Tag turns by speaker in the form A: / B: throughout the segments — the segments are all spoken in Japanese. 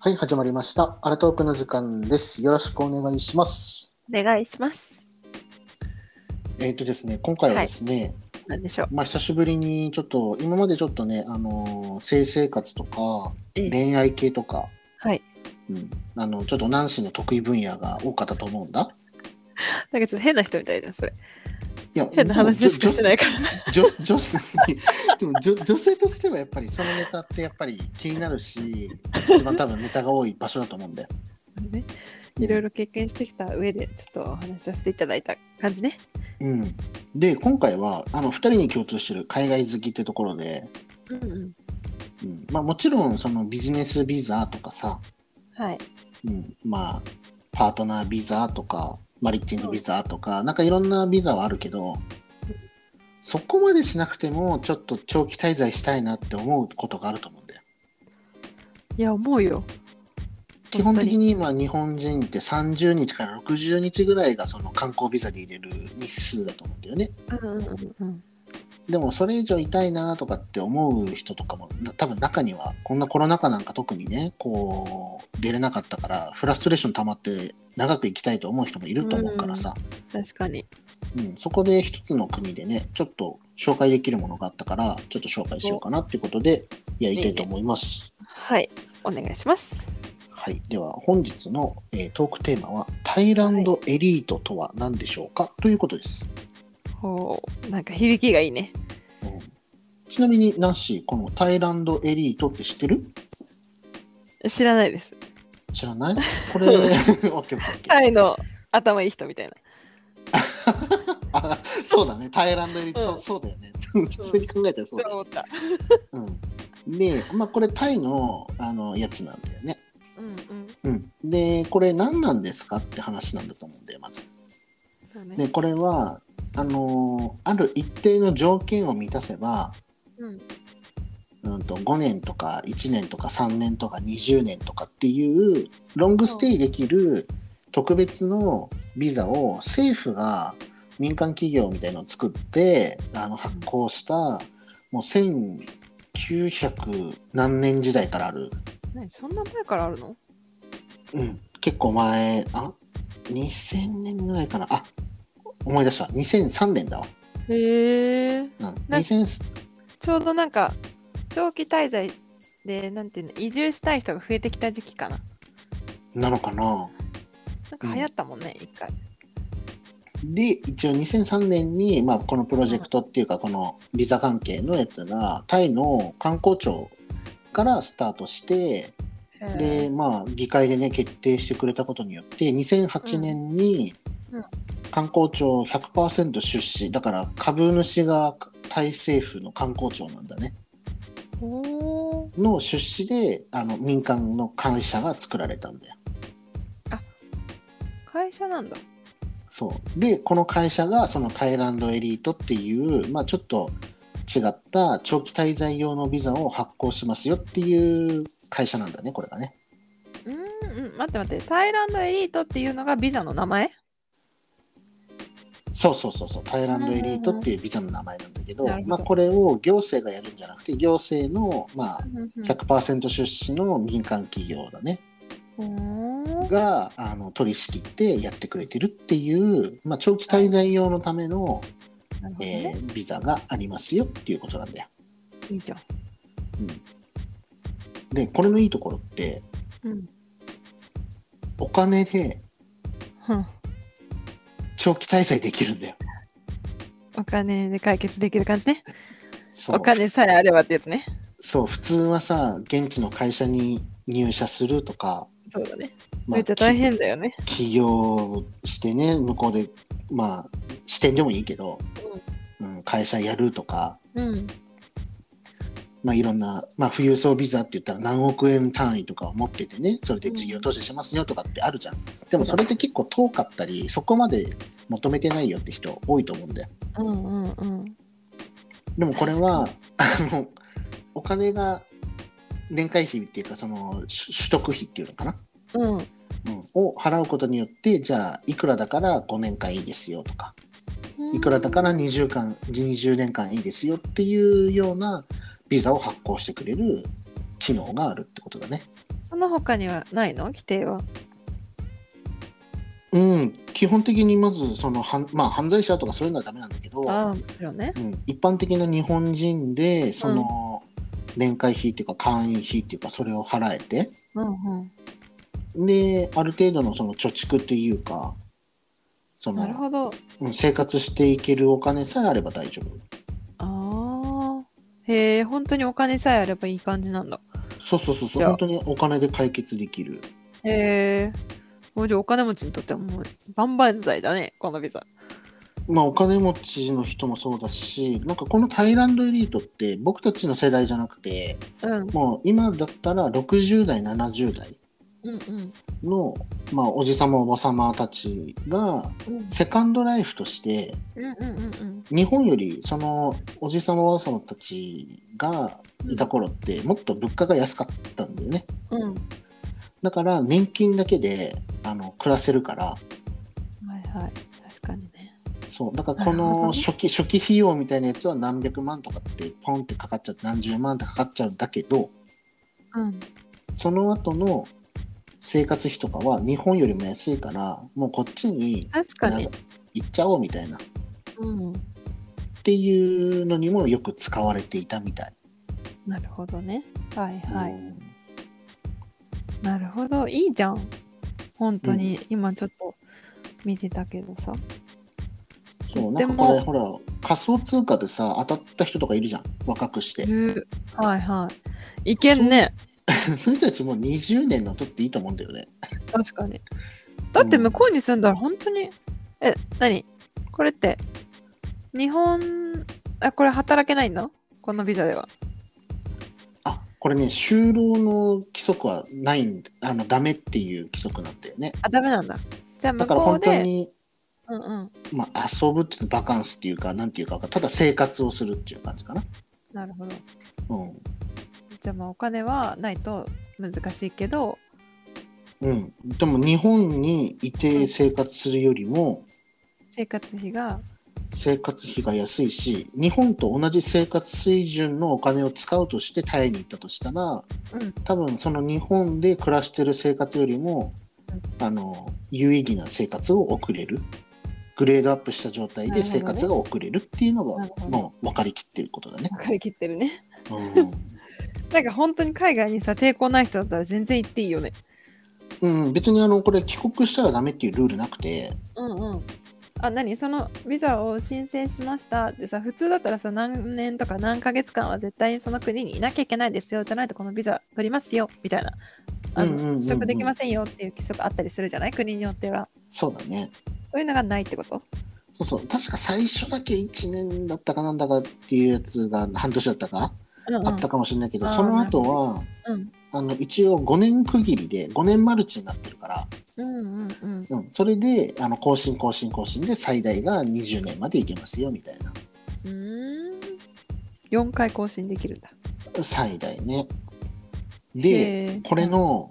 A: はい、始まりました。アラトークの時間です。よろしくお願いします。
B: お願いします。
A: えっ、とですね、今回はですね、
B: なんでしょう。
A: まあ久しぶりにちょっと、今までちょっとね、あのー性生活とか、
B: ええ
A: 恋愛系とか、
B: はい。
A: うん、あの、ちょっと男子の得意分野が多かったと思うんだ。
B: なんかちょっと変な人みたいな、それ。
A: いや、
B: 変な話しかして ないから。
A: 女女性 でも女女性としてはやっぱりそのネタってやっぱり気になるし一番多分ネタが多い場所だと思うんで
B: ね いろいろ経験してきた上で、ちょっとお話しさせていただいた感じね。
A: うん、で今回はあの2人に共通してる海外好きってところで、
B: うんうん。
A: うんまあ、もちろんそのビジネスビザとかさ、
B: はい。
A: うん、まあパートナービザとかマリッジのビザとかなんかいろんなビザはあるけどそこまでしなくてもちょっと長期滞在したいなって思うことがあると思うんだよ。
B: いや、思うよ。
A: 基本的に今日本人って30日から60日ぐらいがその観光ビザで入れる日数だと思うんだよね
B: 本当に。うんうんうんうん。
A: でもそれ以上痛いなとかって思う人とかもな多分中にはこんなコロナ禍なんか特にねこう出れなかったからフラストレーション溜まって長く行きたいと思う人もいると思うからさ、
B: 確かに。
A: うんそこで一つの国でねちょっと紹介できるものがあったからちょっと紹介しようかなっていうことでやりたいと思います。
B: はい。お願いします。
A: はい、では本日の、えートークテーマは「タイランドエリートとは何でしょうか?ということです、
B: ほう。なんか響きがいいね。
A: うんちなみにナンシーこの「タイランドエリート」って知ってる
B: 知らないです。
A: 知らないこれオッケーオッケーオッケー
B: タイの頭いい人みたいな。
A: あ そうだねタイランドエリート、
B: うん
A: そうそうだよね 普通に考えたらそうだ
B: そう思
A: よ、
B: った。
A: うん、で、まあ、これタイのあのやつなんだよね、
B: うんうん。
A: うん、でこれ何なんですかって話なんだと思うんだよまず
B: そうね。
A: でこれはあのーある一定の条件を満たせば
B: うん。
A: うん、と5年とか1年とか3年とか20年とかっていうロングステイできる特別のビザを政府が民間企業みたいのを作ってあの発行したもう1900何年時代からある、
B: 何そんな前からあるの
A: うん、結構前あ2000年ぐらいかなあ思い出した2003年だわ、
B: へえ。
A: うん、
B: な
A: 2000
B: ちょうどなんか長期滞在でなんていうの移住したい人が増えてきた時期かな。
A: なのかな
B: なんか流行ったもんね、一回。
A: で一応2003年に、まあ、このプロジェクトっていうかこのビザ関係のやつがタイの観光庁からスタートしてで、まあ、議会でね決定してくれたことによって2008年に
B: うんうん
A: 観光庁100%出資だから株主がタイ政府の観光庁なんだね
B: おー
A: の出資であの民間の会社が作られたんだよ。
B: 会社なんだ。
A: そうでこの会社がそのタイランドエリートっていう、まあ、ちょっと違った長期滞在用のビザを発行しますよっていう会社なんだねこれがね
B: うーん、うん、待って待って、タイランドエリートっていうのがビザの名前
A: そうそうそうそうタイランドエリートっていうビザの名前なんだけど
B: なるほど
A: まあ、これを行政がやるんじゃなくて行政の、まあ、100%出資の民間企業だね
B: おー
A: があの取り仕切ってやってくれてるっていう、まあ、長期滞在用のための、
B: なるほど
A: え
B: ね。
A: ービザがありますよっていうことなんだよ。
B: いいじゃん。
A: でこれのいいところって
B: うん。
A: お金で
B: ふん
A: 長期滞在できるんだよ。
B: お金で解決できる感じね。
A: そう
B: お金さえあればってやつね。
A: そう普通はさ現地の会社に入社するとか、
B: そうだね。
A: ま
B: めっちゃ大変だよね。
A: き起業してね向こうでまあ支店でもいいけど、うん会社やるとか、
B: うん。
A: まあ、いろんな、まあ、富裕層ビザって言ったら何億円単位とかを持っててねそれで事業投資しますよとかってあるじゃん。でもそれって結構遠かったりそこまで求めてないよって人多いと思うんだよ。
B: うんうんうん。
A: でもこれはあのお金が年会費っていうかそのし取得費っていうのかな、
B: うん。
A: うん、を払うことによってじゃあいくらだから5年間いいですよとかいくらだから20間20年間いいですよっていうようなビザを発行してくれる機能があるってことだね。
B: その他にはないの規定は。
A: うん、基本的にまずその犯、まあ、犯罪者とかそういうのはダメなんだけど、
B: ああ、もちろんね。
A: うん、一般的な日本人でその、年会費っていうか会員費っていうかそれを払えて
B: うんうん。
A: である程度のその貯蓄というかそ
B: なる
A: の
B: ほど。
A: うん生活していけるお金さえあれば大丈夫
B: ああ。へえ、本当にお金さえあればいい感じなんだ。
A: そうそうそうそう
B: じゃあ
A: 本当にお金で解決できる
B: へえ。もうじゃあお金持ちにとってはもう万々歳だね、このビザ。
A: まあお金持ちの人もそうだしなんかこのタイランドエリートって僕たちの世代じゃなくて
B: うん。
A: もう今だったら60代70代
B: うんうん。
A: の、まあ、おじさまおばさまたちが
B: うん
A: セカンドライフとして
B: うんうんうんうん。
A: 日本よりそのおじさまおばさまたちがいた頃ってもっと物価が安かったんだよね
B: うん。
A: だから年金だけであの暮らせるから
B: はいはい。確かにね。
A: そうだからこ
B: なるほど
A: の
B: ね
A: 初期初期費用みたいなやつは何百万とかってポンってかかっちゃって何十万ってかかっちゃうんだけど
B: うん。
A: その後の生活費とかは日本よりも安いからもうこっちに
B: 確か
A: なん
B: に
A: か。行っちゃおうみたいなっ
B: うん。
A: ていうのにもよく使われていたみたい。
B: なるほどね。はいは
A: う
B: い。
A: ん
B: なるほど。いいじゃん。本当に、今ちょっと見てたけどさ。
A: そうな
B: で
A: ん
B: も
A: かこれほら仮想通貨でさ当たった人とかいるじゃん若くして、
B: るはいはい。いけんね。
A: そういう人たちもう20年のとっていいと思うんだよね
B: 確かに。だって向こうに住んだら本当に、え、何これって、日本、あ、これ働けないのこのビザでは。
A: あこれね就労の規則はないんあのダメっていう規則なんだよね
B: あ、ダメなんだ。じゃ
A: だ
B: あ向
A: から
B: こう
A: 本当
B: で、
A: に、
B: うんうん。
A: まあ、遊ぶっていうかバカンスっていうかなんていうかただ生活をするっていう感じかな
B: なるほど。
A: うん
B: じゃあまあお金はないと難しいけど、
A: うん、でも日本にいて生活するよりも
B: 生活費が、
A: 生活費が安いし日本と同じ生活水準のお金を使うとしてタイに行ったとしたら
B: うん、
A: 多分その日本で暮らしてる生活よりもあの有意義な生活を送れるグレードアップした状態で生活が送れるっていうのが
B: なるほどね
A: もう分かりきってることだね。
B: 分かりきってるね。
A: う
B: なんか本当に海外にさ、抵抗ない人だったら全然行っていいよね。
A: ん、うん別にあのこれ帰国したらダメっていうルールなくて
B: うんうん。あ、何そのビザを申請しましたってさ、普通だったらさ、何年とか何ヶ月間は絶対にその国にいなきゃいけないですよ、じゃないとこのビザ取りますよ、みたいな。あ
A: うんうんうんう
B: の、
A: ん
B: 取得できませんよっていう規則あったりするじゃない国によっては。
A: そうだね
B: そういうのがないってこと
A: そうそう確か最初だけ1年だったかなんだかっていうやつが半年だったか、
B: うんうん。
A: あったかもしれないけど
B: あー
A: その後は
B: うん
A: あの一応5年区切りで5年マルチになってるから
B: うんうんうん。
A: うん、それであの更新更新更新で最大が20年までいけますよみたいな
B: うーん。4回更新できるんだ。
A: 最大ねで
B: へー
A: これ、の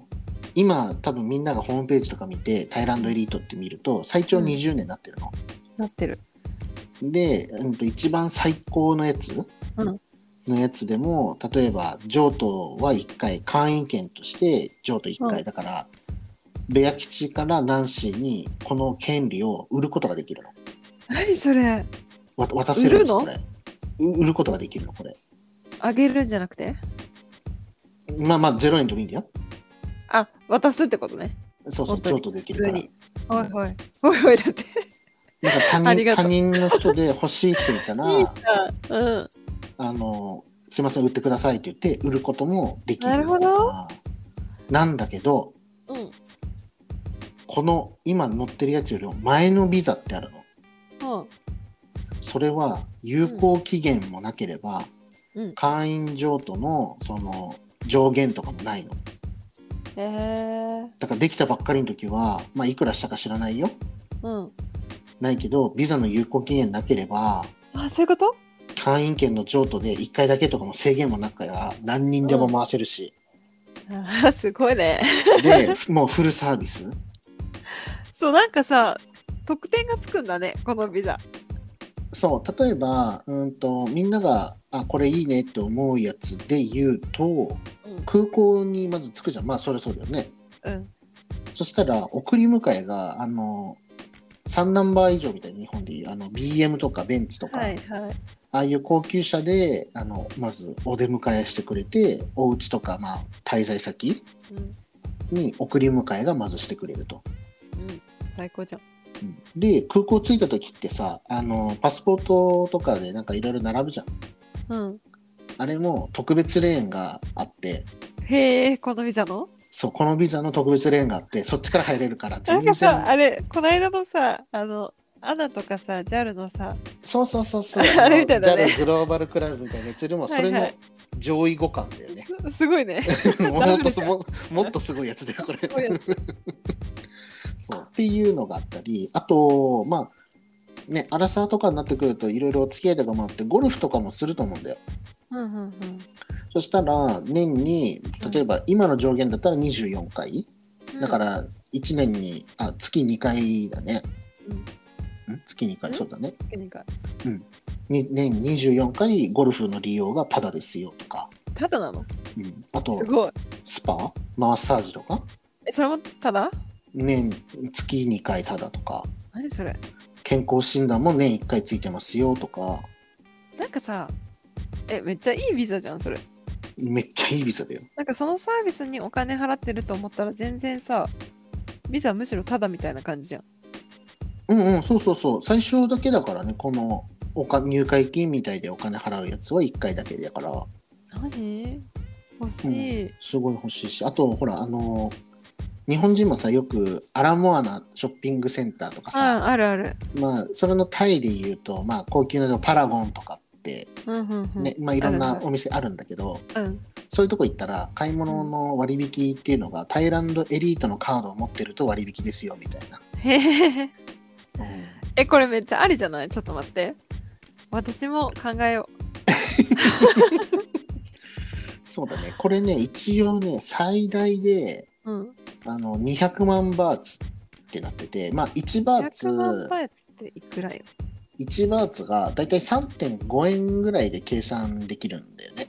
A: 今多分みんながホームページとか見てタイランドエリートって見ると最長
B: うん
A: 20年になってるの、
B: なってる。
A: で、うん、と一番最高のやつ、
B: うん
A: のやつでも例えば譲渡は1回会員権として譲渡1回、
B: うん
A: だからベア基地からナンシーにこの権利を売ることができるの
B: 何それ
A: わ渡せるんです
B: 売るの
A: これう売ることができるのこれ
B: あげるんじゃなくて
A: まあまあ0円でもいいんだよ
B: あ、渡すってことね。
A: そうそう
B: 本当に
A: 譲渡でき
B: 普
A: るか
B: 通
A: ら
B: に。おいおい。おいおいだって。
A: なんか他
B: あり
A: 人
B: がと
A: 他
B: う
A: 人の人で欲しい人いた ら
B: うん。
A: あのすいません売ってくださいって言って売ることもできる
B: なるほど
A: なんだけど
B: うん。
A: この今乗ってるやつよりも前のビザってあるのそれは有効期限もなければ、
B: うん
A: 会員譲渡のその上限とかもないの
B: へえ。
A: だからできたばっかりの時は、まあ、いくらしたか知らないよ
B: うん。
A: ないけどビザの有効期限なければ
B: あ、そういうこと
A: 会員権の譲渡で1回だけとかも制限もなくから何人でも回せる し、
B: あすごいね。
A: でもうフルサービス
B: そう、なんかさ、得点がつくんだね、このビザ。
A: そう例えばうんとみんながあこれいいねって思うやつで言うと
B: うん
A: 空港にまず着くじゃんまあそれそうだよね
B: うん
A: そしたら送り迎えがあの3ナンバー以上みたいな日本でいうあの BM とかベンツとか、
B: はいはい
A: ああいう高級車であのまずお出迎えしてくれてお家とか、まあ、滞在先
B: うん
A: に送り迎えがまずしてくれると。
B: うん最高じゃん
A: うんで空港着いた時ってさあのパスポートとかでなんかいろいろ並ぶじゃん
B: うん
A: あれも特別レーンがあって
B: へえこのビザの
A: そうこのビザの特別レーンがあってそっちから入れるから
B: な
A: 全
B: んかさ
A: 然
B: あれこの間のさあのアナとかさ JAL のさ
A: そうそうそうそう
B: あれみたいだね
A: JAL グローバルクラブみたいなやつよりもそれ
B: はい
A: の
B: はい
A: 上位互換だよ ね
B: すご いね
A: もっとすももっとすごいやつだよこれ
B: ごいや
A: そうっていうのがあったりあとまあねアラサーとかになってくるといろいろお付き合いとかもあってゴルフとかもすると思うんだよ
B: うんうんうん
A: そしたら年に例えば今の上限だったら24回、
B: うん
A: だから1年にあ月2回だね、ん月2回、
B: うん
A: そうだね
B: 月にか
A: に年24回ゴルフの利用がタダですよとか、
B: ただなの
A: うん、あと
B: すごい
A: スパマッサージとか
B: えそれもただ
A: 年月2回タダとか
B: 何それ
A: 健康診断も年1回ついてますよとか
B: なんかさえめっちゃいいビザじゃんそれ
A: めっちゃいいビザだよ
B: なんかそのサービスにお金払ってると思ったら全然さビザむしろただみたいな感じじゃん
A: うんうんそうそうそう最初だけだからねこのお金入会金みたいでお金払うやつは1回だけだから
B: 何欲しい、
A: すごい欲しいしあとほらあの日本人もさよくアラモアナショッピングセンターとか
B: あ
A: さ
B: あるある
A: まあそれのタイで言うとまあ高級なのパラゴンとかって
B: うんうんうん、
A: ね、まあいろん
B: あ
A: な
B: るある
A: お店あるんだけど
B: うん
A: そういうとこ行ったら買い物の割引っていうのがタイランドエリートのカードを持ってると割引ですよみたいな、
B: へええこれめっちゃありじゃないちょっと待って私も考えよ
A: そうだねこれね一応ね最大で
B: ううん
A: あの200万バーツってなっててまあ1バーツ
B: 100万パイツっていくらよ
A: 1バーツがだいたい3.5円ぐらいで計算できるんだよね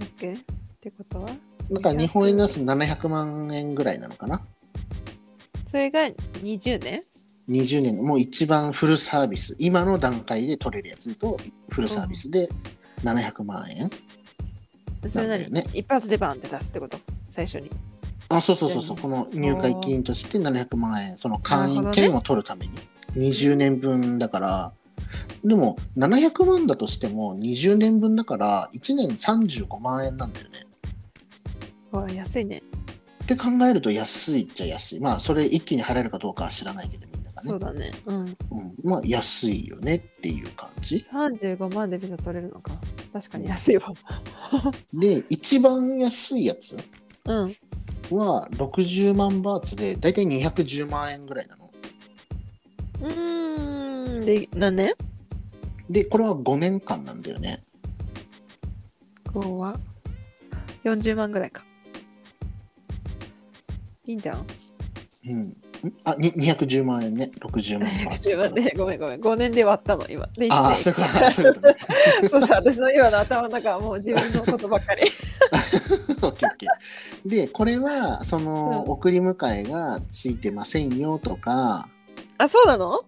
B: だっけってことは
A: だから日本円だと700万円ぐらいなのかな
B: それが20年
A: 20年もう一番フルサービス今の段階で取れるやつとフルサービスで700万円、
B: それ何、
A: なんだよね
B: 一発でバンって出すってこと最初に
A: あそうそうそうそうこの入会金として700万円その会
B: なる
A: 員
B: ほどね
A: 券を取るために20年分だからでも700万だとしても20年分だから1年35万円なんだよね
B: うわ安いね
A: って考えると安いっちゃ安いまあそれ一気に払えるかどうかは知らないけどみんなが
B: そう
A: ね
B: だねうん
A: うん、まあ安いよねっていう感じ
B: 35万でビザ取れるのか確かに安いわ
A: で一番安いやつ
B: うん
A: は60万バーツでだいたい210万円ぐらいなの
B: うーんで何年
A: でこれは5年間なんだよね
B: 5は40万ぐらいかいいんじゃ ん
A: うんんあに210万円ね60万バーツ
B: 自分でごめんごめん5年で割ったの今で
A: ああそういうことそういうことね
B: そうそう私の今の頭の中はもう自分のことばっかり
A: オッケーオッケーでこれはその、
B: うん
A: 送り迎えがついてませんよとか
B: あそうなの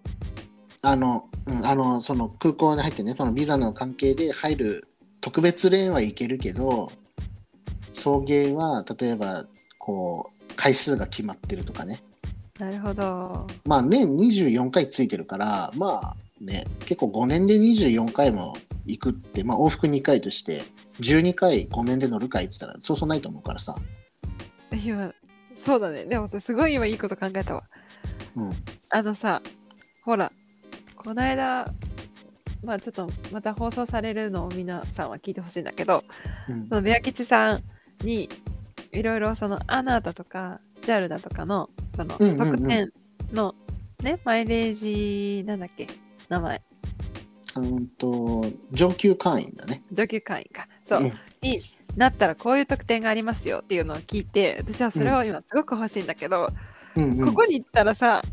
A: あの、うん、あの、その空港に入ってね、そのビザの関係で入る特別レーンは行けるけど、送迎は、例えば、こう、回数が決まってるとかね。
B: なるほど
A: まあ、年24回ついてるから、まあね、結構5年で24回も行くって、まあ、往復2回として、12回5年で乗るかいって言ったら、そうそうないと思うからさ。
B: 今そうだねでもさすごい今いいこと考えたわ
A: うん。
B: あのさほらこないだまあちょっとまた放送されるのを皆さんは聞いてほしいんだけど
A: うん
B: そ。のベア吉さんにいろいろそのアナだとか JAL だとかのその
A: うんうんうん
B: 特典のねマイレージなんだっけ名前
A: うんと、上級会員だね。
B: 上級会員かそう、
A: うん
B: になったらこういう特典がありますよっていうのを聞いて私はそれを今すごく欲しいんだけど、
A: うん、うん。
B: ここに行ったらさ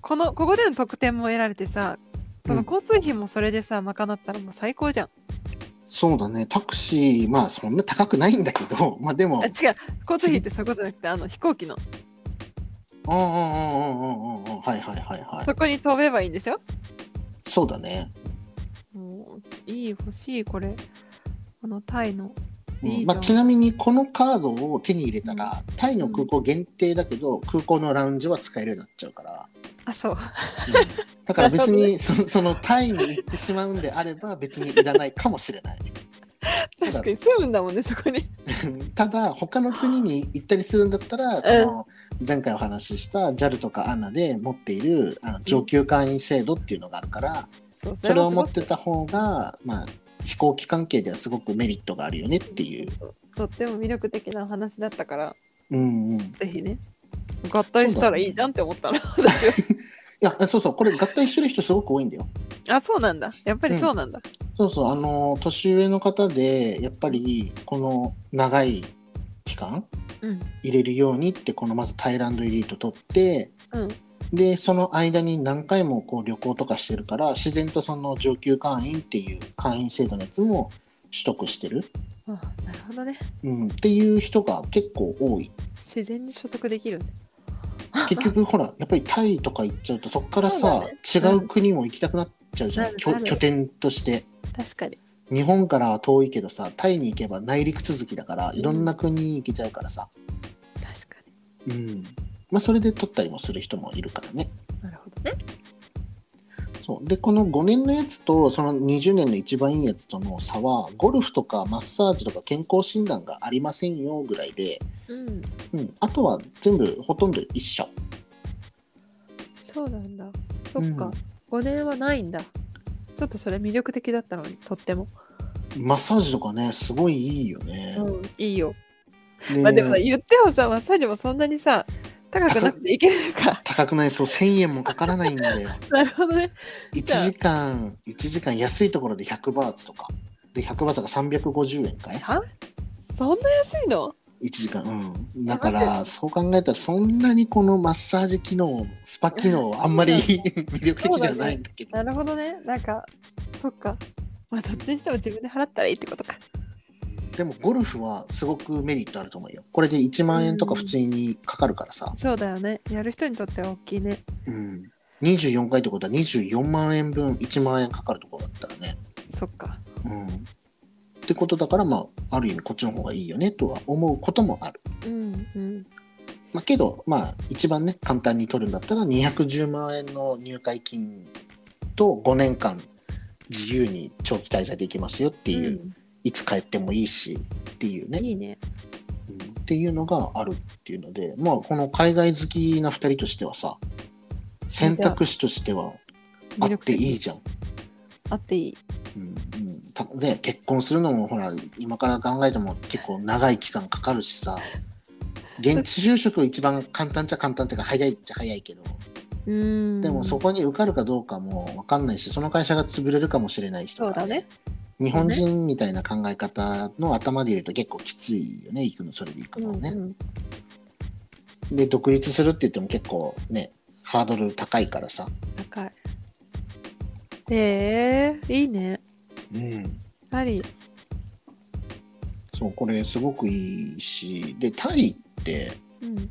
B: このここでの特典も得られてさその交通費もそれでさ賄ったらもう最高じゃん
A: そうだねタクシーまあそんな高くないんだけどまあでも
B: あ違う交通費ってそういうことじゃなくてあの飛行機の
A: うんうんうんうんうんうんうんはいはいはいはい
B: そこに飛べばいいんでしょ
A: そうだね、
B: もういい欲しいこれこのタイの
A: うん
B: いいじゃ
A: ま
B: ん
A: あ、ちなみにこのカードを手に入れたらタイの空港限定だけど、空港のラウンジは使えるようになっちゃうから、
B: あそう
A: だから別
B: なる
A: にそのそのタイに行ってしまうんであれば別にいらないかもしれないだ
B: 確かに住むんだもんねそこに
A: ただ他の国に行ったりするんだったらその前回お話しした JAL とか ANA で持っているあの上級会員制度っていうのがあるから
B: そう
A: それを
B: はす
A: 持
B: ご
A: っ
B: く
A: てた方がまあ飛行機関係ではすごくメリットがあるよねっていう。
B: とっても魅力的なお話だったから
A: うんうん、い
B: ぜひね合体したらいいじゃんって思ったの、
A: やそうそうこれ合体してる人すごく多いんだよ。
B: あそうなんだやっぱりそうなんだ、
A: そうそう、あの、年上の方で、やっぱり、この長い期間
B: うん
A: 入れるようにって、このまずタイランドエリート取って、
B: うん
A: で、その間に何回もこう旅行とかしてるから、自然とその上級会員っていう会員制度のやつも取得してる、
B: あなるほどね
A: うん、っていう人が結構多い。
B: 自然に所得できる
A: 結局、ほら、やっぱりタイとか行っちゃうと、そっからさ、
B: うだね
A: 違う国も行きたくなっちゃうじゃ、
B: なんる
A: きょ
B: なる
A: 拠点として。
B: 確かに
A: 日本からは遠いけどさタイに行けば内陸続きだからいろんな国行けちゃうからさ、
B: 確か
A: うんまあ、それで取ったりもする人もいるからね
B: になるほどね
A: そうでこの5年のやつとその20年の一番いいやつとの差はゴルフとかマッサージとか健康診断がありませんよぐらいで、
B: うん
A: うん、あとは全部ほとんど一緒
B: そうなんだそっ
A: うん
B: か、五年はないんだちょっとそれ魅力的だったのにとっても、
A: マッサージとかねすごいいいよね、
B: うん、いいよ、
A: で
B: まあでもさ言ってもさマッサージもそんなにさ高くなくていけないか
A: 高くないそう1000円もかからないん だよ
B: なるほどね
A: 1時間1時間安いところで100バーツとかで100バーツが350円かい
B: はそんな安いの
A: 1時間うんだからそう考えたらそんなにこのマッサージ機能スパ機能あんまり魅力的ではないんだけど
B: なるほどねなんかそっかまあどっちにしても自分で払ったらいいってことか
A: でもゴルフはすごくメリットあると思うよこれで1万円とか普通にかかるからさ、
B: そうだよねやる人にとっては大きいね
A: うん、24回ってことは24万円分1万円かかるところだったらね
B: そっか
A: うんってことだからまあある意味こっちの方がいいよねとは思うこともある
B: うんうん
A: まあ、けど、まあ、一番ね、簡単に取るんだったら、210万円の入会金と5年間自由に長期滞在できますよっていう、いつ帰ってもいいしっていう
B: うん
A: ね、
B: いいね
A: うんっていうのがあるっていうので、まあ、この海外好きな2人としてはさ、選択肢としてはあ
B: 魅
A: っ
B: 力
A: て
B: 的
A: いいじゃん。
B: あっていい
A: うんうんたね、結婚するのもほら今から考えても結構長い期間かかるしさ現地就職一番簡単っちゃ簡単っていうか早いっちゃ早いけど
B: うん
A: でもそこに受かるかどうかも分かんないしその会社が潰れるかもしれないしとか、
B: そうだね
A: 日本人みたいな考え方の頭でいると結構きついよね行くのそれで行くのはね、
B: うんうん
A: で独立するって言っても結構ねハードル高いからさ、
B: 高いえー、いいね
A: うん、
B: あり
A: そうこれすごくいいしでタイって
B: うん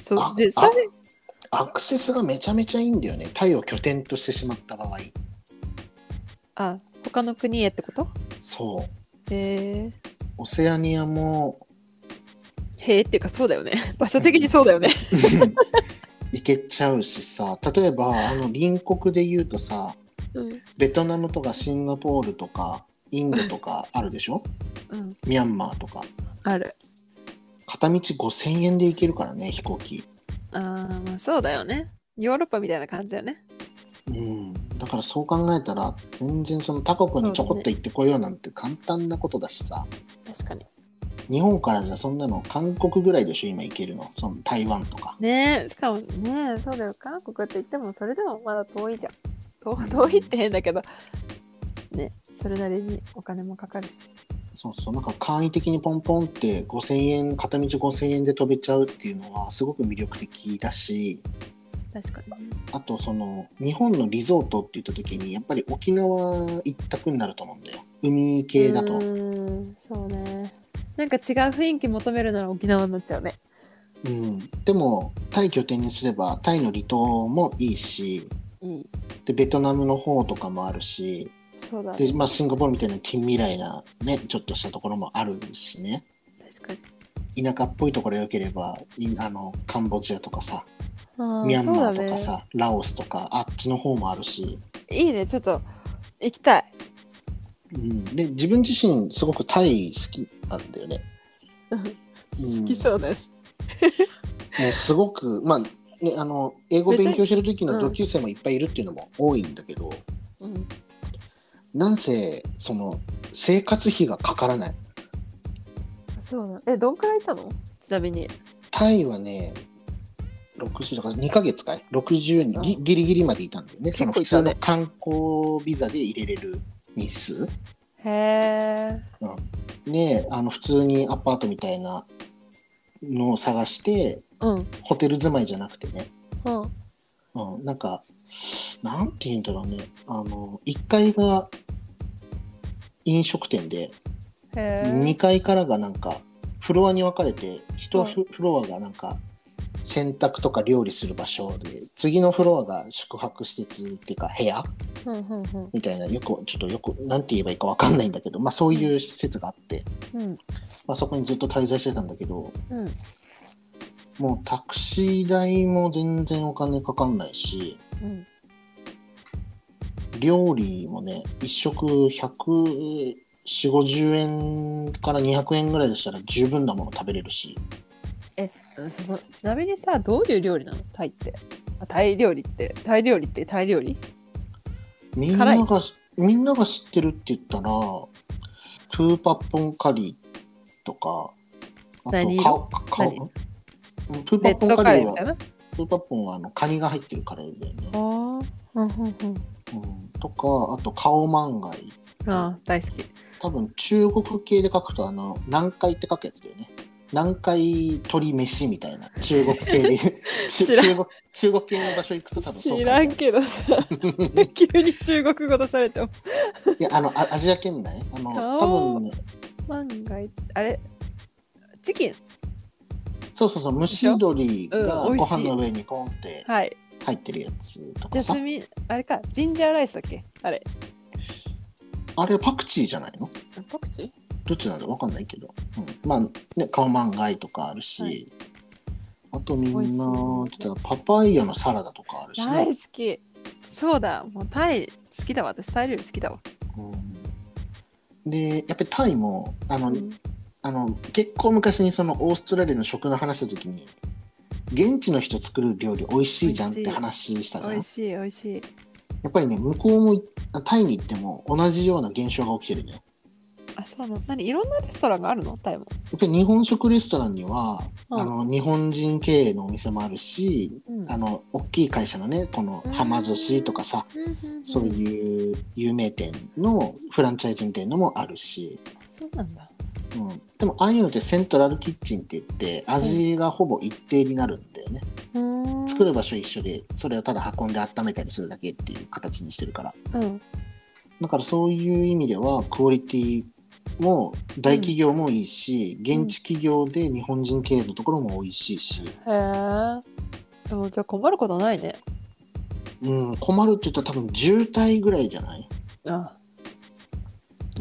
B: そ
A: あ
B: う実際
A: あアクセスがめちゃめちゃいいんだよねタイを拠点としてしまった場合
B: あ他の国へってこと
A: そう
B: えー、
A: オセアニア も
B: へえっていうかそうだよね場所的にそうだよね
A: うん行けちゃうしさ例えばあの隣国で言うとさ
B: うん、
A: ベトナムとかシンガポールとかインドとかあるでしょ
B: うん、
A: ミャンマーとか
B: ある
A: 片道5000円で行けるからね飛行機
B: あーまあそうだよねヨーロッパみたいな感じだよね
A: うんだからそう考えたら全然その他国にちょこっと行ってこようなんて簡単なことだしさ、
B: 確かに
A: 日本からじゃそんなの韓国ぐらいでしょ今行けるのその台湾とか
B: ねえしかもねえそうだよ韓国って言ってもそれでもまだ遠いじゃん遠遠いって変だけどねそれなりにお金もかかるし
A: そうそうなんか簡易的にポンポンって5000円片道5000円で飛べちゃうっていうのはすごく魅力的だし
B: 確かにね。
A: あとその日本のリゾートって言った時にやっぱり沖縄一択になると思うんだよ海系だと、
B: うーんそうね。なんか違う雰囲気求めるなら沖縄になっちゃうね。
A: うん、でもタイ拠点にすればタイの離島もいいし
B: いい。
A: でベトナムの方とかもあるし
B: そうだ
A: で、
B: ね。
A: まあ、シンガポールみたいな近未来なねちょっとしたところもあるしね
B: 確かに。
A: 田舎っぽいところ良ければいあのカンボジアとかさ
B: あ
A: ミャ
B: あ、
A: ン
B: そう
A: マ
B: だ
A: ーとか
B: ね。
A: さ、ラオスとかあっちの方もあるし、
B: いいね、ちょっと行きたい。
A: うん、で自分自身すごくタイ好きなんだよ ね。うん
B: 好きそうだね。
A: もうすごくまあねあの英語勉強してる時の同級生もいっぱいいるっていうのも多いんだけど、
B: うん。
A: なんせその生活費がかからない
B: そうだね。え、どんくらいいたのちなみに。
A: タイはね60だから2ヶ月かい60ギギリギリまでいたんだよねその普通
B: 結構いた
A: の
B: ね
A: 観光ビザで入れれる日数
B: へえ。
A: であの普通にアパートみたいなのを探して
B: うん。うん。
A: ホテル住まいじゃなくてね、うん、なんかなんて言うんだろうねあの1階が飲食店で
B: へ
A: 2
B: え。
A: 階からがなんかフロアに分かれて1
B: はい
A: フフロアがなんか洗濯とか料理する場所で次のフロアが宿泊施設っていうか部屋
B: うんうんうん。
A: みたいなよくちょっとよく何て言えばいいか分かんないんだけど、まあ、そういう施設があって、
B: うん。
A: まあ、そこにずっと滞在してたんだけど
B: うん。
A: もうタクシー代も全然お金かかんないし
B: うん。
A: 料理もね1食140、50円から200円ぐらいでしたら十分なもの食べれるし。
B: え、そのちなみにさ、どういう料理なのタイって。あタイ料理って、タイ料理ってタイ料理
A: みんながみんなが知ってるって言ったらトゥーパッポンカリーとかあ
B: 何
A: と
B: 色
A: カカ
B: 何
A: うんトゥーパ
B: レ
A: ッ
B: ッ
A: ポン
B: ド
A: カ
B: カレ
A: リー
B: ーみ
A: は
B: たいな。
A: トゥーパッポンはあのカニが入ってるカレーだよね、
B: おうんうんうん。
A: うん、とかあとカオマンガイ
B: ああ、大好き。
A: 多分中国系で書くとあの南海って書くやつだよね南海鶏飯みたいな中国系でち
B: 知らん
A: 中国中国系の場所行くと多分そう書
B: 知
A: いてあ
B: ら
A: る
B: んけどさ急に中国語出されても
A: いやあのあアジア圏内あの
B: 顔
A: 多分ね
B: 万が一あれチキン
A: そうそうそう蒸し鶏が
B: うん美
A: ご
B: 味しい
A: 飯の上にポンって
B: はい
A: 入ってるやつと
B: ジ
A: か
B: ャ
A: さ
B: スミンあれかジンジャーライスだっけあれ
A: あれはパクチーじゃないの
B: パクチー
A: どっちなんだわかんないけど、うん、まあねカオマンガイとかあるし、
B: はい
A: あとみ
B: 美味
A: ん
B: し
A: な
B: そう
A: ちょっとパパイヤのサラダとかあるし
B: 大
A: ね、
B: 好きそうだもうタイ好きだわ私タイ料理好きだわ、
A: うん、でやっぱりタイもあの、
B: うん
A: あの結構昔にそのオーストラリアの食の話した時に現地の人作る料理美味しいじゃんって話したじゃん
B: 美味しい美味しい
A: やっぱりね向こうもあタイに行っても同じような現象が起きてるね
B: あそうなの何いろんなレストランがあるのタイも
A: やっぱり日本食レストランには、
B: うん
A: あの日本人経営のお店もあるし、
B: うん
A: あの大きい会社のねこの
B: うん
A: はま寿司とかさ、そう
B: うん
A: いう有名店のフランチャイズみたいのもあるし、
B: そうなんだ
A: うん、でもああいうのってセントラルキッチンって言って味がほぼ一定になるんだよね、
B: うーん
A: 作る場所一緒でそれをただ運んで温めたりするだけっていう形にしてるから
B: うん
A: だからそういう意味ではクオリティも大企業もいいし、
B: ん
A: 現地企業で日本人経営のところも美味しいし、
B: へえでもじゃあ困ることないね
A: うん、困るって言ったら多分渋滞ぐらいじゃない
B: ああ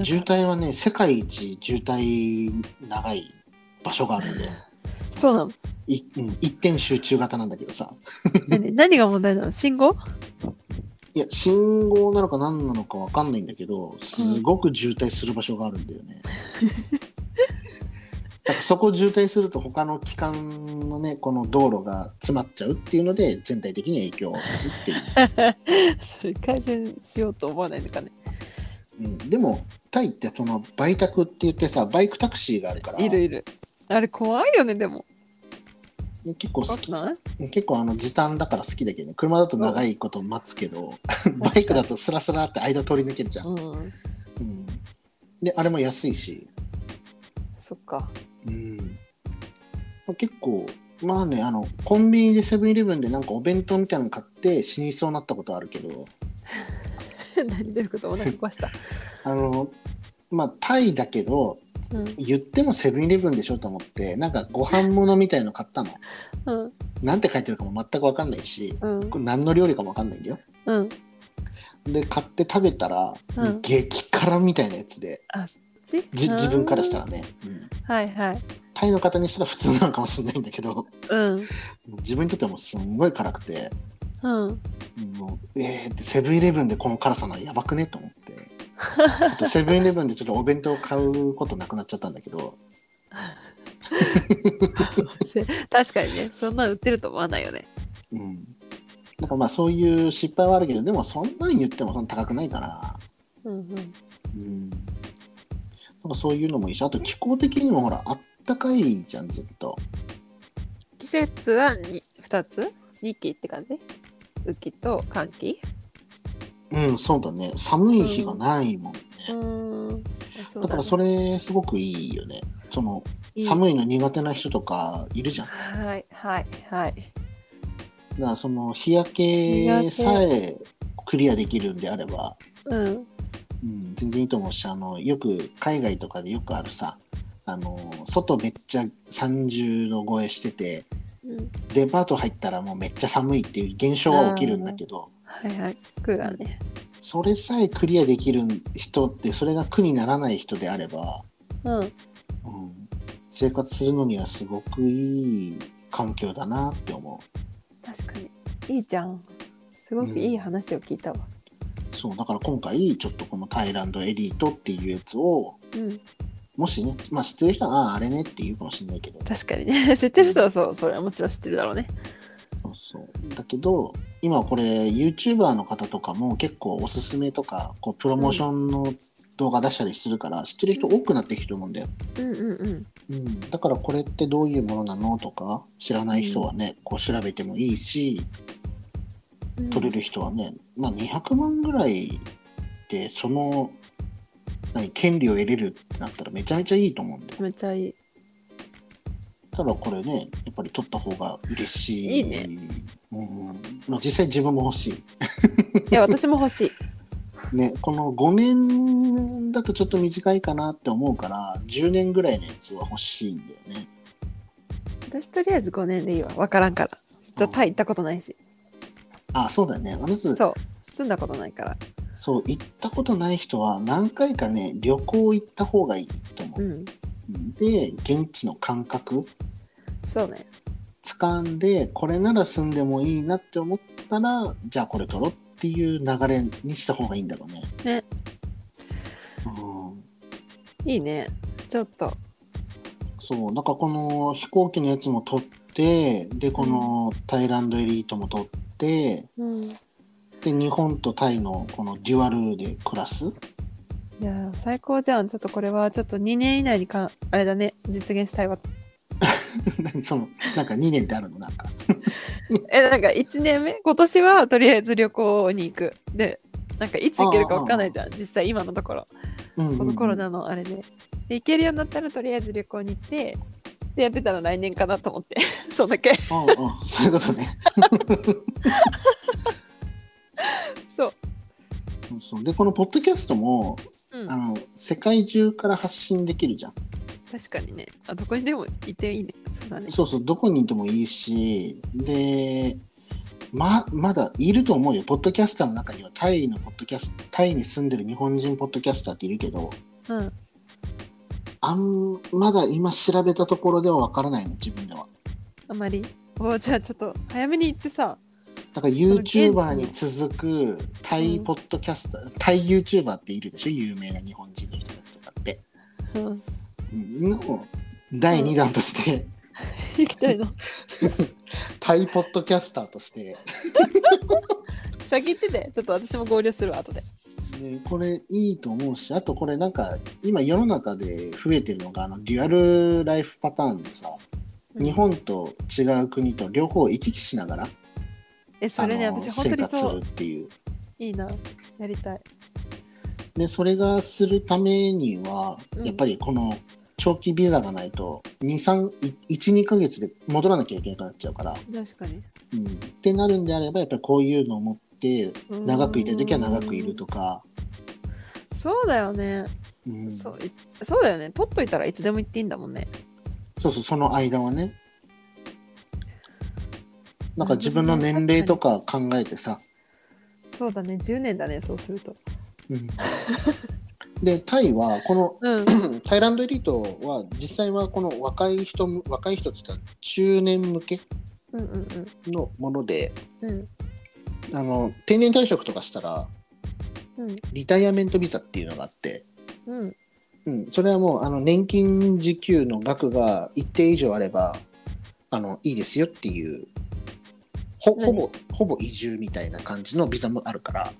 A: 渋滞はね世界一渋滞長い場所があるんで
B: そう なの
A: い、うん、一点集中型なんだけどさ
B: 何何が問題なの信号
A: いや信号なのか何なのか分かんないんだけどすごく渋滞する場所があるんだよ ね、だからそこ渋滞すると他の機関のねこの道路が詰まっちゃうっていうので全体的に影響をするっていう
B: それ改善しようと思わないのかね
A: うん、でもタイってそのバイタクって言ってさバイクタクシーがあるから
B: いるいるあれ怖いよねでも
A: で結構好き
B: ない
A: 結構あの時短だから好きだけどね車だと長いこと待つけどバイクだとスラスラって間通り抜けるじゃん、
B: うん
A: うんであれも安いし、
B: そっか
A: うん、結構まあねあのコンビニでセブンイレブンでなんかお弁当みたいなの買って死にそうになったことあるけど
B: 何どういうことお腹 壊した。
A: あのまあタイだけど
B: うん
A: 言ってもセブンイレブンでしょと思ってなんかご飯物みたいの買ったの
B: うん
A: なんて書いてるかも全く分かんないし
B: うん
A: これ何の料理かも分かんないんだよ
B: うん。
A: で買って食べたら、
B: うん
A: 激辛みたいなやつで
B: ち
A: じ自分からしたら
B: あ
A: ね、うん
B: ーはいはい。
A: タイの方にしたら普通なのかもしれないんだけど
B: うん
A: 自分にとってはもうすんごい辛くて
B: うん。
A: もうえーってセブンイレブンでこの辛さのやばくねと思ってちょっとセブンイレブンでちょっとお弁当買うことなくなっちゃったんだけど
B: せ確かにねそんなの売ってると思わないよね。
A: うんなんかまあそういう失敗はあるけどでもそんなに言ってもそんな高くないから
B: うんうん。
A: うんなんかそういうのもいいしあと気候的にもほらあったかいじゃんずっと
B: 季節はに二つ二季って感じ雨季と寒季
A: うんそうだね寒い日がないもんね、
B: うん。
A: だからそれすごくいいよねその
B: いい
A: 寒いの苦手な人とかいるじゃんだ
B: はいはいはい。
A: からその日焼けさえクリアできるんであれば、
B: うん
A: うん、全然いいと思うしあのよく海外とかでよくあるさあの外めっちゃ30度超えしてて
B: うん。
A: デパート入ったらもうめっちゃ寒いっていう現象が起きるんだけど
B: はいはい。クーラーね。
A: それさえクリアできる人ってそれが苦にならない人であれば、
B: うん。
A: うん、生活するのにはすごくいい環境だなって思
B: 確かに。いいじゃん。すごくいい話を聞いたわ。
A: うそうだから今回ちょっとこのタイランドエリートっていうやつを
B: うん。も
A: もしね、まあ、知ってる人はあああれねって言うかもしれないけど
B: 確かにね。 知ってる人はそう、それはもちろん知ってるだろうね。
A: そうそうだけど今これ YouTuber の方とかも結構おすすめとかこうプロモーションの動画出したりするから、知ってる人多くなってきてるもんだよ、
B: うんうんうん。
A: うん、だからこれってどういうものなのとか知らない人はね、こう調べてもいいし
B: うん
A: 取れる人はね、まあ、200万ぐらいでその何権利を得れるってなったらめちゃめちゃいいと思うんだよ
B: めっちゃいい。
A: ただこれねやっぱり取った方が嬉しい
B: いいね
A: うんまあ、実際自分も欲しい
B: いや、私も欲しい。
A: ね、この5年だとちょっと短いかなって思うから10年ぐらいのやつは欲しいんだよね。
B: 私とりあえず5年でいいわ。わからんから。じゃあ、タイ行ったことないし。
A: あそうだよね。まず
B: そう。住んだことないから。
A: そう行ったことない人は何回かね旅行行った方がいいと思
B: う
A: う。
B: ん。
A: で現地の感覚
B: そうね。
A: 掴んでこれなら住んでもいいなって思ったらじゃあこれ取ろうっていう流れにした方がいいんだろうね。
B: ね
A: うん
B: いいね。ちょっと。
A: そうなんかこの飛行機のやつも取ってでこのタイランドエリートも取って
B: うん。い
A: で日本とタイのこのデュアルで暮らす
B: やー、最高じゃん。ちょっとこれは、ちょっと2年以内にか、あれだね。実現したいわ。
A: 何そのなんか2年ってあるのなんか
B: えなんか1年目今年はとりあえず旅行に行くでなんかいつ行けるか分かんないじゃん実際今のところ
A: こ
B: このコロナのあれで,、で行けるようになったらとりあえず旅行に行ってでやってたら来年かなと思って そんだけ
A: うんうんそういうことね
B: そう、
A: そうそうでこのポッドキャストも
B: うん、
A: あの世界中から発信できるじゃん
B: 確かにねあどこにでもいていいねそうだね
A: そうそうどこにいてもいいしでままだいると思うよポッドキャスターの中にはタイのポッドキャストタイに住んでる日本人ポッドキャスターっているけど
B: うん
A: あんまだ今調べたところではわからないの自分では
B: あまりおじゃあちょっと早めに行ってさ
A: だから
B: の現地の
A: YouTuber に続くタイポッドキャスター、タイ YouTuber っているでしょ有名な日本人の人たちとかって。
B: うん
A: うんの第2弾として、
B: 行きたいの
A: タイポッドキャスターとして、
B: 先行っててちょっと私も合流するわ後で
A: ね、これいいと思うしあとこれなんか今世の中で増えてるのがあのデュアルライフパターンでさ、日本と違う国と両方行き来しながら
B: えそれね
A: あの
B: 私本当
A: 生
B: に
A: 活す
B: そう
A: るっていう。
B: いいなやりたい
A: でそれがするためには、
B: うん
A: やっぱりこの長期ビザがないと12ヶ月で戻らなきゃいけなくなっちゃうから、
B: 確かに。
A: うん、ってなるんであればやっぱりこういうのを持って長くいたい時は長くいるとか、
B: そうだよね。
A: うん、
B: そ
A: そう
B: ういそうだよね。取っといたらいつでも行っていいんだもんね。
A: そうその間はねなんか自分の年齢とか考えてさ、
B: そうだね。10年だね。そうすると。
A: うん、でタイはこの
B: うん。
A: タイランドエリートは実際はこの若い人む若い人って言ったら中年向け
B: うんうん
A: のもので
B: うん。うん。
A: あの定年退職とかしたら
B: うん。
A: リタイアメントビザっていうのがあって、
B: うん。
A: うん、それはもうあの年金受給の額が一定以上あればあのいいですよっていうほほぼほぼ移住みたいな感じのビザもあるから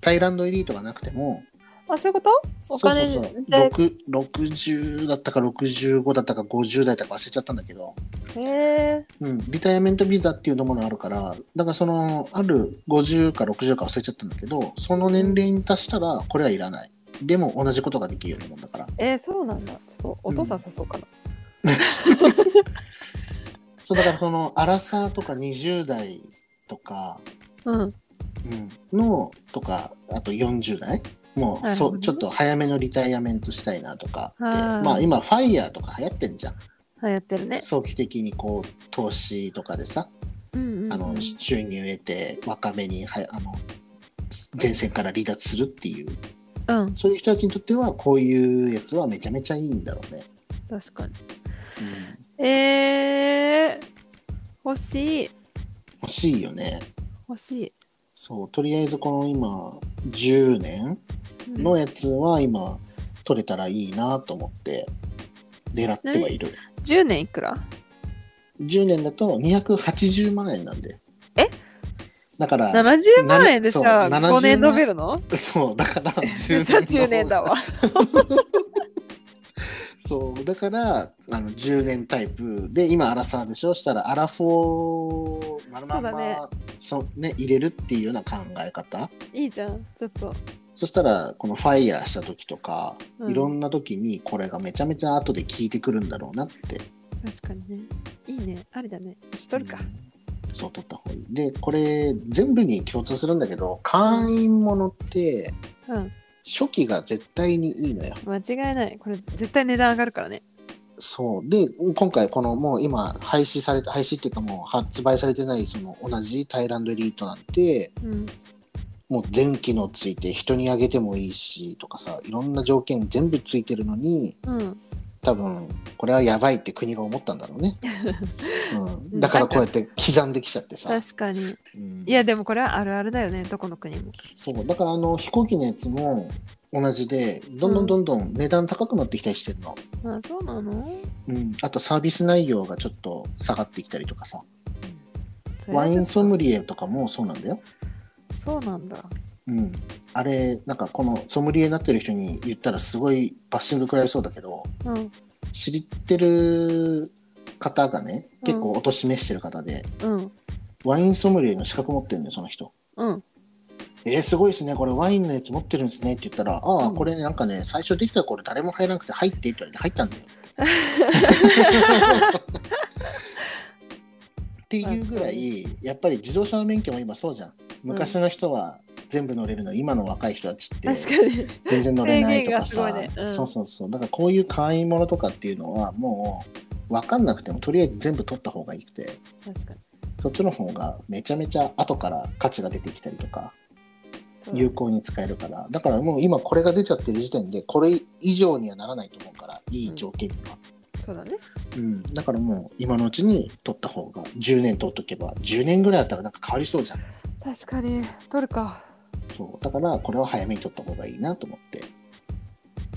A: タイランドエリートがなくても
B: あ、そういうことお金で
A: そうそうそう6 60だったか65だったか50代だったか忘れちゃったんだけど。
B: へえ。
A: うん、リタイアメントビザっていうのものあるから、だからその、ある50か60か忘れちゃったんだけど、その年齢に達したら、これはいらない。でも同じことができるようなもんだから。
B: えー、そうなんだ。ちょっとお父さん誘そうかな。
A: そうだからその、アラサーとか20代とか、
B: うん。
A: うん、の、とか、あと40代もう、
B: なる
A: そ
B: ほど
A: う、
B: ね
A: ちょっと早めのリタイアメントしたいなとかって、
B: はい
A: まあ今、ファイヤーとか流行ってんじゃん。
B: 流行ってるね。
A: 早期的にこう、投資とかでさ、
B: うんうんうん。
A: あの収入得て若めにはやあの前線から離脱するっていう
B: うん。
A: そういう人たちにとってはこういうやつはめちゃめちゃいいんだろうね。
B: 確かに。えー、欲しい。
A: 欲しいよね。
B: 欲しい。
A: そうとりあえずこの今10年
B: うん
A: のやつは今取れたらいいなと思って狙ってはいる。
B: 10年いくら
A: 10年だと280万円なんで。
B: え
A: だから、
B: ?70 万円で
A: そう
B: さ、
A: 70
B: 5年延べるの
A: そう、だから10
B: ?10 年だわ。
A: そうだからあの10年タイプで今アラサーでしょしたらアラフォーまるまんま
B: そうだ
A: そうね入れるっていうような考え方
B: いいじゃん。ちょっと。
A: そしたらこのファイヤーした時とか、
B: うん
A: いろんな時にこれがめちゃめちゃ後で効いてくるんだろうなって
B: 確かにね。いいね。ありだね。しとるか。
A: そう取った方がいいでこれ全部に共通するんだけど会員ものって
B: うん。
A: 初期が絶対にいいのよ
B: 間違いない。これ絶対値段上がるからね。
A: そうで今回このもう今廃止された廃止っていうかもう発売されてないその同じタイランドエリートなんて
B: うん。
A: もう全機能ついて人にあげてもいいしとかさいろんな条件全部ついてるのに
B: うん。
A: 多分これはやばいって国が思ったんだろう ね、うん、だからこうやって刻んできちゃってさ、
B: 確かに。
A: うん
B: いや、でもこれはあるあるだよね。どこの国も。
A: そうだからあの飛行機のやつも同じでどんどんどんどん値段高くなってきたりしてるの、
B: まあ、そうなの
A: うん、あとサービス内容がちょっと下がってきたりとかさ
B: それは
A: ワイ
B: ちょ
A: ン
B: っ
A: ソムリエとかもそうなんだよ。
B: とそうなんだ。
A: うん、あれなんかこのソムリエになってる人に言ったらすごいバッシング食らいそうだけど
B: うん。
A: 知ってる方がね
B: うん
A: 結構おとしめしてる方で、
B: うん。
A: ワインソムリエの資格持ってるんだよその人。
B: うん。
A: えー、すごいですねこれワインのやつ持ってるんですねって言ったら「ああ、
B: うん
A: これなんかね最初できた頃誰も入らなくて入って」って言われて入ったんだよ。っていうぐらいやっぱり自動車の免許も今そうじゃん昔の人は全部乗れるの、今の若い人たちって
B: 確かに。
A: 全然乗れないとか
B: 制
A: さ、
B: 限がすごいねうん
A: そうそうそうだからこういう会員ものとかっていうのはもう分かんなくてもとりあえず全部取った方がいいくて
B: 確かに。
A: そっちの方がめちゃめちゃ後から価値が出てきたりとか
B: そうだ
A: 有効に使えるからだからもう今これが出ちゃってる時点でこれ以上にはならないと思うからいい条件には、
B: そうだね。
A: うんだからもう今のうちに取った方が10年取っとけば10年ぐらいだったらなんか変わりそうじゃん
B: 確かに。取るか。
A: そうだからこれは早めに取った方がいいなと思って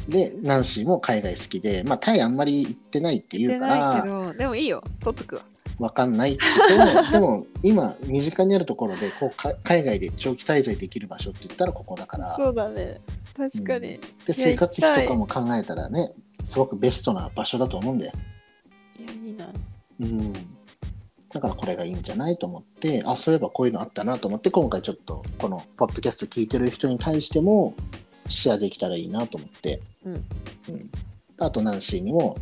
A: でナンシーも海外好きでまあタイあんまり行ってないって
B: し
A: 言
B: て
A: うか
B: ないけ
A: ら
B: ど、でもいいよ。取っとくわ。
A: わかんないって言っても でも今身近にあるところでこうか海外で長期滞在できる場所って言ったらここだから
B: そうだね。確かに。
A: で
B: いや
A: 生活費とかも考えたらねすごくベストな場所だと思うんだよ、
B: いや、いいな。
A: うん、だからこれがいいんじゃないと思ってあそういえばこういうのあったなと思って今回ちょっとこのポッドキャスト聞いてる人に対してもシェアできたらいいなと思って、
B: うん
A: うんあとナンシーにも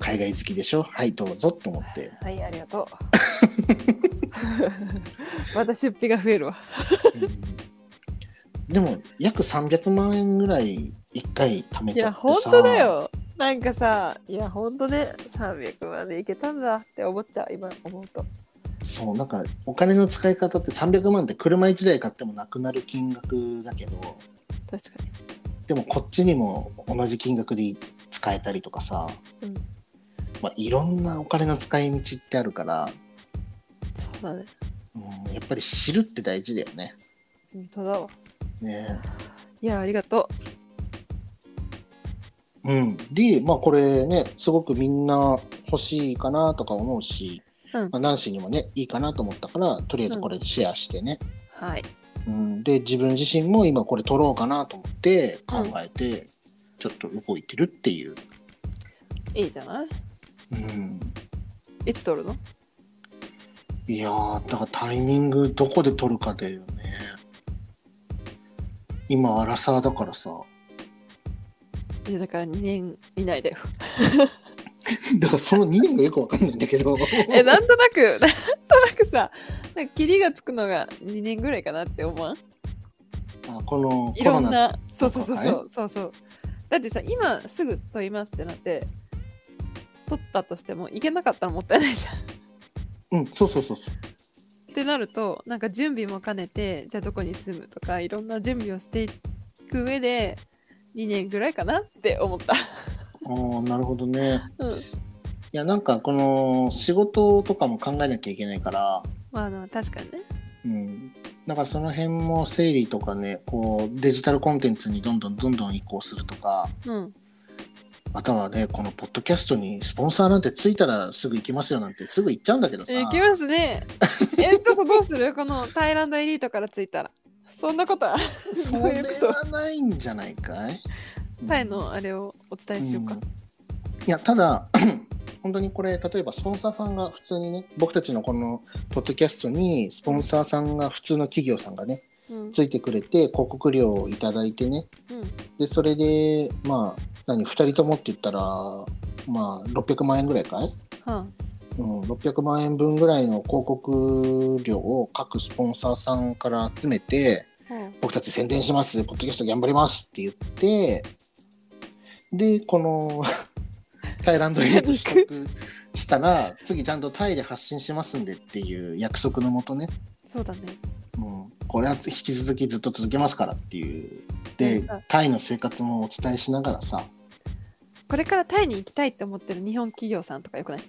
A: 海外好きでしょはいどうぞと思って
B: はいあり がとうまた出費が増えるわ
A: うんでも約300万円ぐらい1回貯め
B: い
A: ちゃ
B: や
A: ってさ
B: 本当だよなんかさいや本当で300までいけたんだって思っちゃう今思うと
A: そうなんかお金の使い方って300万って車1台買ってもなくなる金額だけど
B: 確か
A: でもこっちにも同じ金額で使えたりとかさ、
B: うん
A: まあ、いろんなお金の使い道ってあるから、
B: にそうだね
A: うん、やっぱり知るって大事だよね。
B: 本当だわ
A: ね
B: いやありがと
A: うん、でまあこれねすごくみんな欲しいかなとか思うし、
B: うん
A: まあ、ナンシーにもねいいかなと思ったからとりあえずこれシェアしてね、
B: うはい
A: うん、で自分自身も今これ取ろうかなと思って考えてちょっと動いてるっていう、
B: いいじゃない
A: うん、
B: いつ撮るの
A: いやーだからタイミングどこで取るかだよね今アラサーだから さ
B: いやだから2年以内だよ
A: だからその2年がよくわかんないんだけど
B: えなんとなくなんとなくさなんかキリがつくのが2年ぐらいかなって思わん
A: あこの
B: い
A: コ
B: ろ
A: ロ
B: ん
A: ナ
B: なそうそうそ
A: と
B: う
A: か
B: そ
A: ね
B: うそうそうだってさ今すぐ撮りますってなって撮ったとしてもいけなかったらもったいないじゃん
A: う んそうそうそうそう
B: ってなるとなんか準備も兼ねてじゃあどこに住むとかいろんな準備をしていく上で2年ぐらいかなって思 った。
A: ああなるほどね
B: うん、
A: いやなんかこの仕事とかも考えなきゃいけないから、
B: まああの確かにね。
A: うん、だからその辺も整理とかねこうデジタルコンテンツにどんどんどんどん移行するとか
B: うん、
A: またはねこのポッドキャストにスポンサーなんてついたらすぐ行きますよなんてすぐ行っちゃうんだけどさ
B: え行きます ね。えちょっとどうするこのタイランドエリートから着いたら。そんなことは
A: そ
B: そうい
A: れ
B: うこと
A: はないんじゃないかい
B: タイのあれをお伝えしようか。
A: うんいやただ 本当にこれ例えばスポンサーさんが普通にね僕たちのこのポッドキャストにスポンサーさんが普通の企業さんがね
B: うん
A: ついてくれて広告料をいただいてね
B: うん
A: でそれでまあ何2人ともって言ったらまあ600万円ぐらいかい、
B: は
A: うん、600万円分ぐらいの広告料を各スポンサーさんから集めて
B: あは
A: 僕たち宣伝しますポッドキャスト頑張りますって言ってでこの タイランドエイト取得したら次ちゃんとタイで発信しますんでっていう約束のもとね、
B: あそうだね。
A: うん、これは引き続きずっと続けますからっていうでタイの生活もお伝えしながらさ
B: これからタイに行きたいって思ってる日本企業さんとかよくない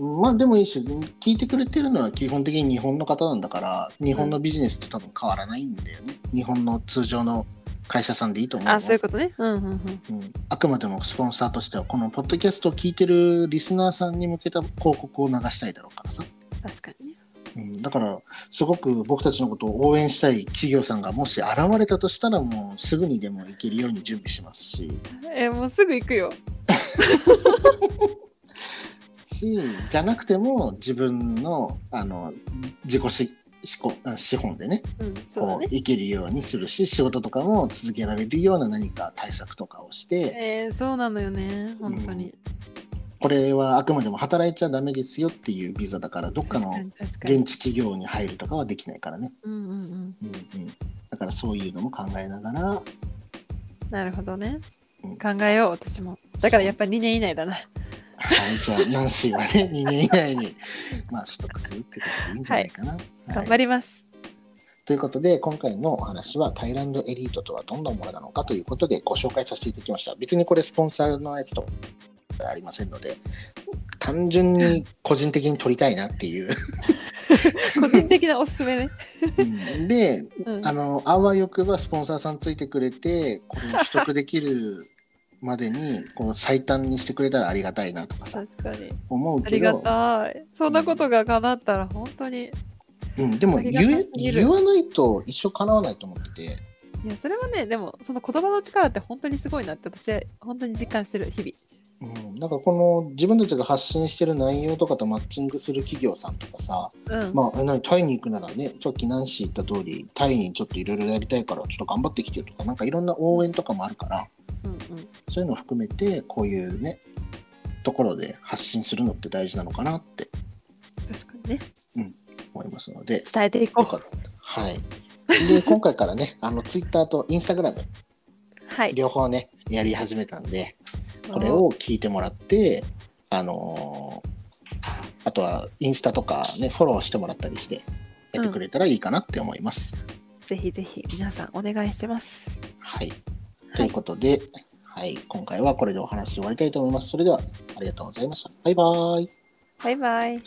A: まあでもいいし聞いてくれてるのは基本的に日本の方なんだから日本のビジネスと多分変わらないんだよね、日本の通常の会社さんでいいと思うよ
B: あそういうことね。うんうんう
A: う
B: ん。
A: ん、あくまでもスポンサーとしてはこのポッドキャストを聞いてるリスナーさんに向けた広告を流したいだろうからさ、
B: 確かにね。
A: うん、だからすごく僕たちのことを応援したい企業さんがもし現れたとしたらもうすぐにでも行けるように準備しますし
B: えもうすぐ行くよ。
A: しじゃなくても自分のあの自己ししこあ資本でね
B: うんそうだ
A: こ
B: ね。
A: う行けるようにするし仕事とかも続けられるような何か対策とかをして
B: えー、そうなのよね本当に、
A: これはあくまでも働いちゃダメですよっていうビザだからどっか
B: 確
A: の
B: かに確かに
A: 現地企業に入るとかはできないからね、
B: うんうんう
A: う
B: ん
A: んうん、だからそういうのも考えながら
B: なるほどね
A: うん
B: 考えよう私もだからやっぱ2年以内だな
A: はいじゃあナンシーはね2年以内にまあ取得するってことでいいんじゃないかな。はい
B: 頑張ります
A: ということで今回のお話はタイランドエリートとはどんなものなのかということでご紹介させていただきました別にこれスポンサーのやつとかありませんので単純に個人的に取りたいなっていう、
B: 個人的なおすすめね、
A: うんで
B: うん、
A: あのあわよくばスポンサーさんついてくれてこの取得できるまでにこの最短にしてくれたらありがたいなとかさ
B: 確かに
A: 思う
B: あ
A: け
B: りが
A: ど、
B: たいそんなことが叶ったら本当に
A: うん、でも
B: あり
A: 言
B: がた
A: え
B: すぎる
A: 言わないと一生叶わないと思ってて、
B: いやそれはねでもその言葉の力って本当にすごいなって私は本当に実感してる日
A: うん、なんかこの自分たちが発信してる内容とかとマッチングする企業さんとかさ、
B: 々うん、
A: まあ、え何タイに行くならねさっきナンシー言った通りタイにちょっといろいろやりたいからちょっと頑張ってきてよとかなんかいろんな応援とかもあるから
B: うんうん
A: そういうのを含めてこういうねところで発信するのって大事なのかなって
B: 確かにね
A: 思いますので、
B: 伝えていこ
A: よ
B: う
A: かった。はい。で、今回からね、あの、ツイッターとインスタグラム、
B: はい
A: 両方ね、やり始めたんで、これを聞いてもらって、あのーあとはインスタとかね、フォローしてもらったりして、やってくれたらいいかなって思います。
B: ぜひぜひ皆さんお願いします
A: はい。と
B: はいいう
A: ことで、はい、今回はこれでお話終わりたいと思います。それでは、ありがとうございました。バイバーイ。
B: バイバイ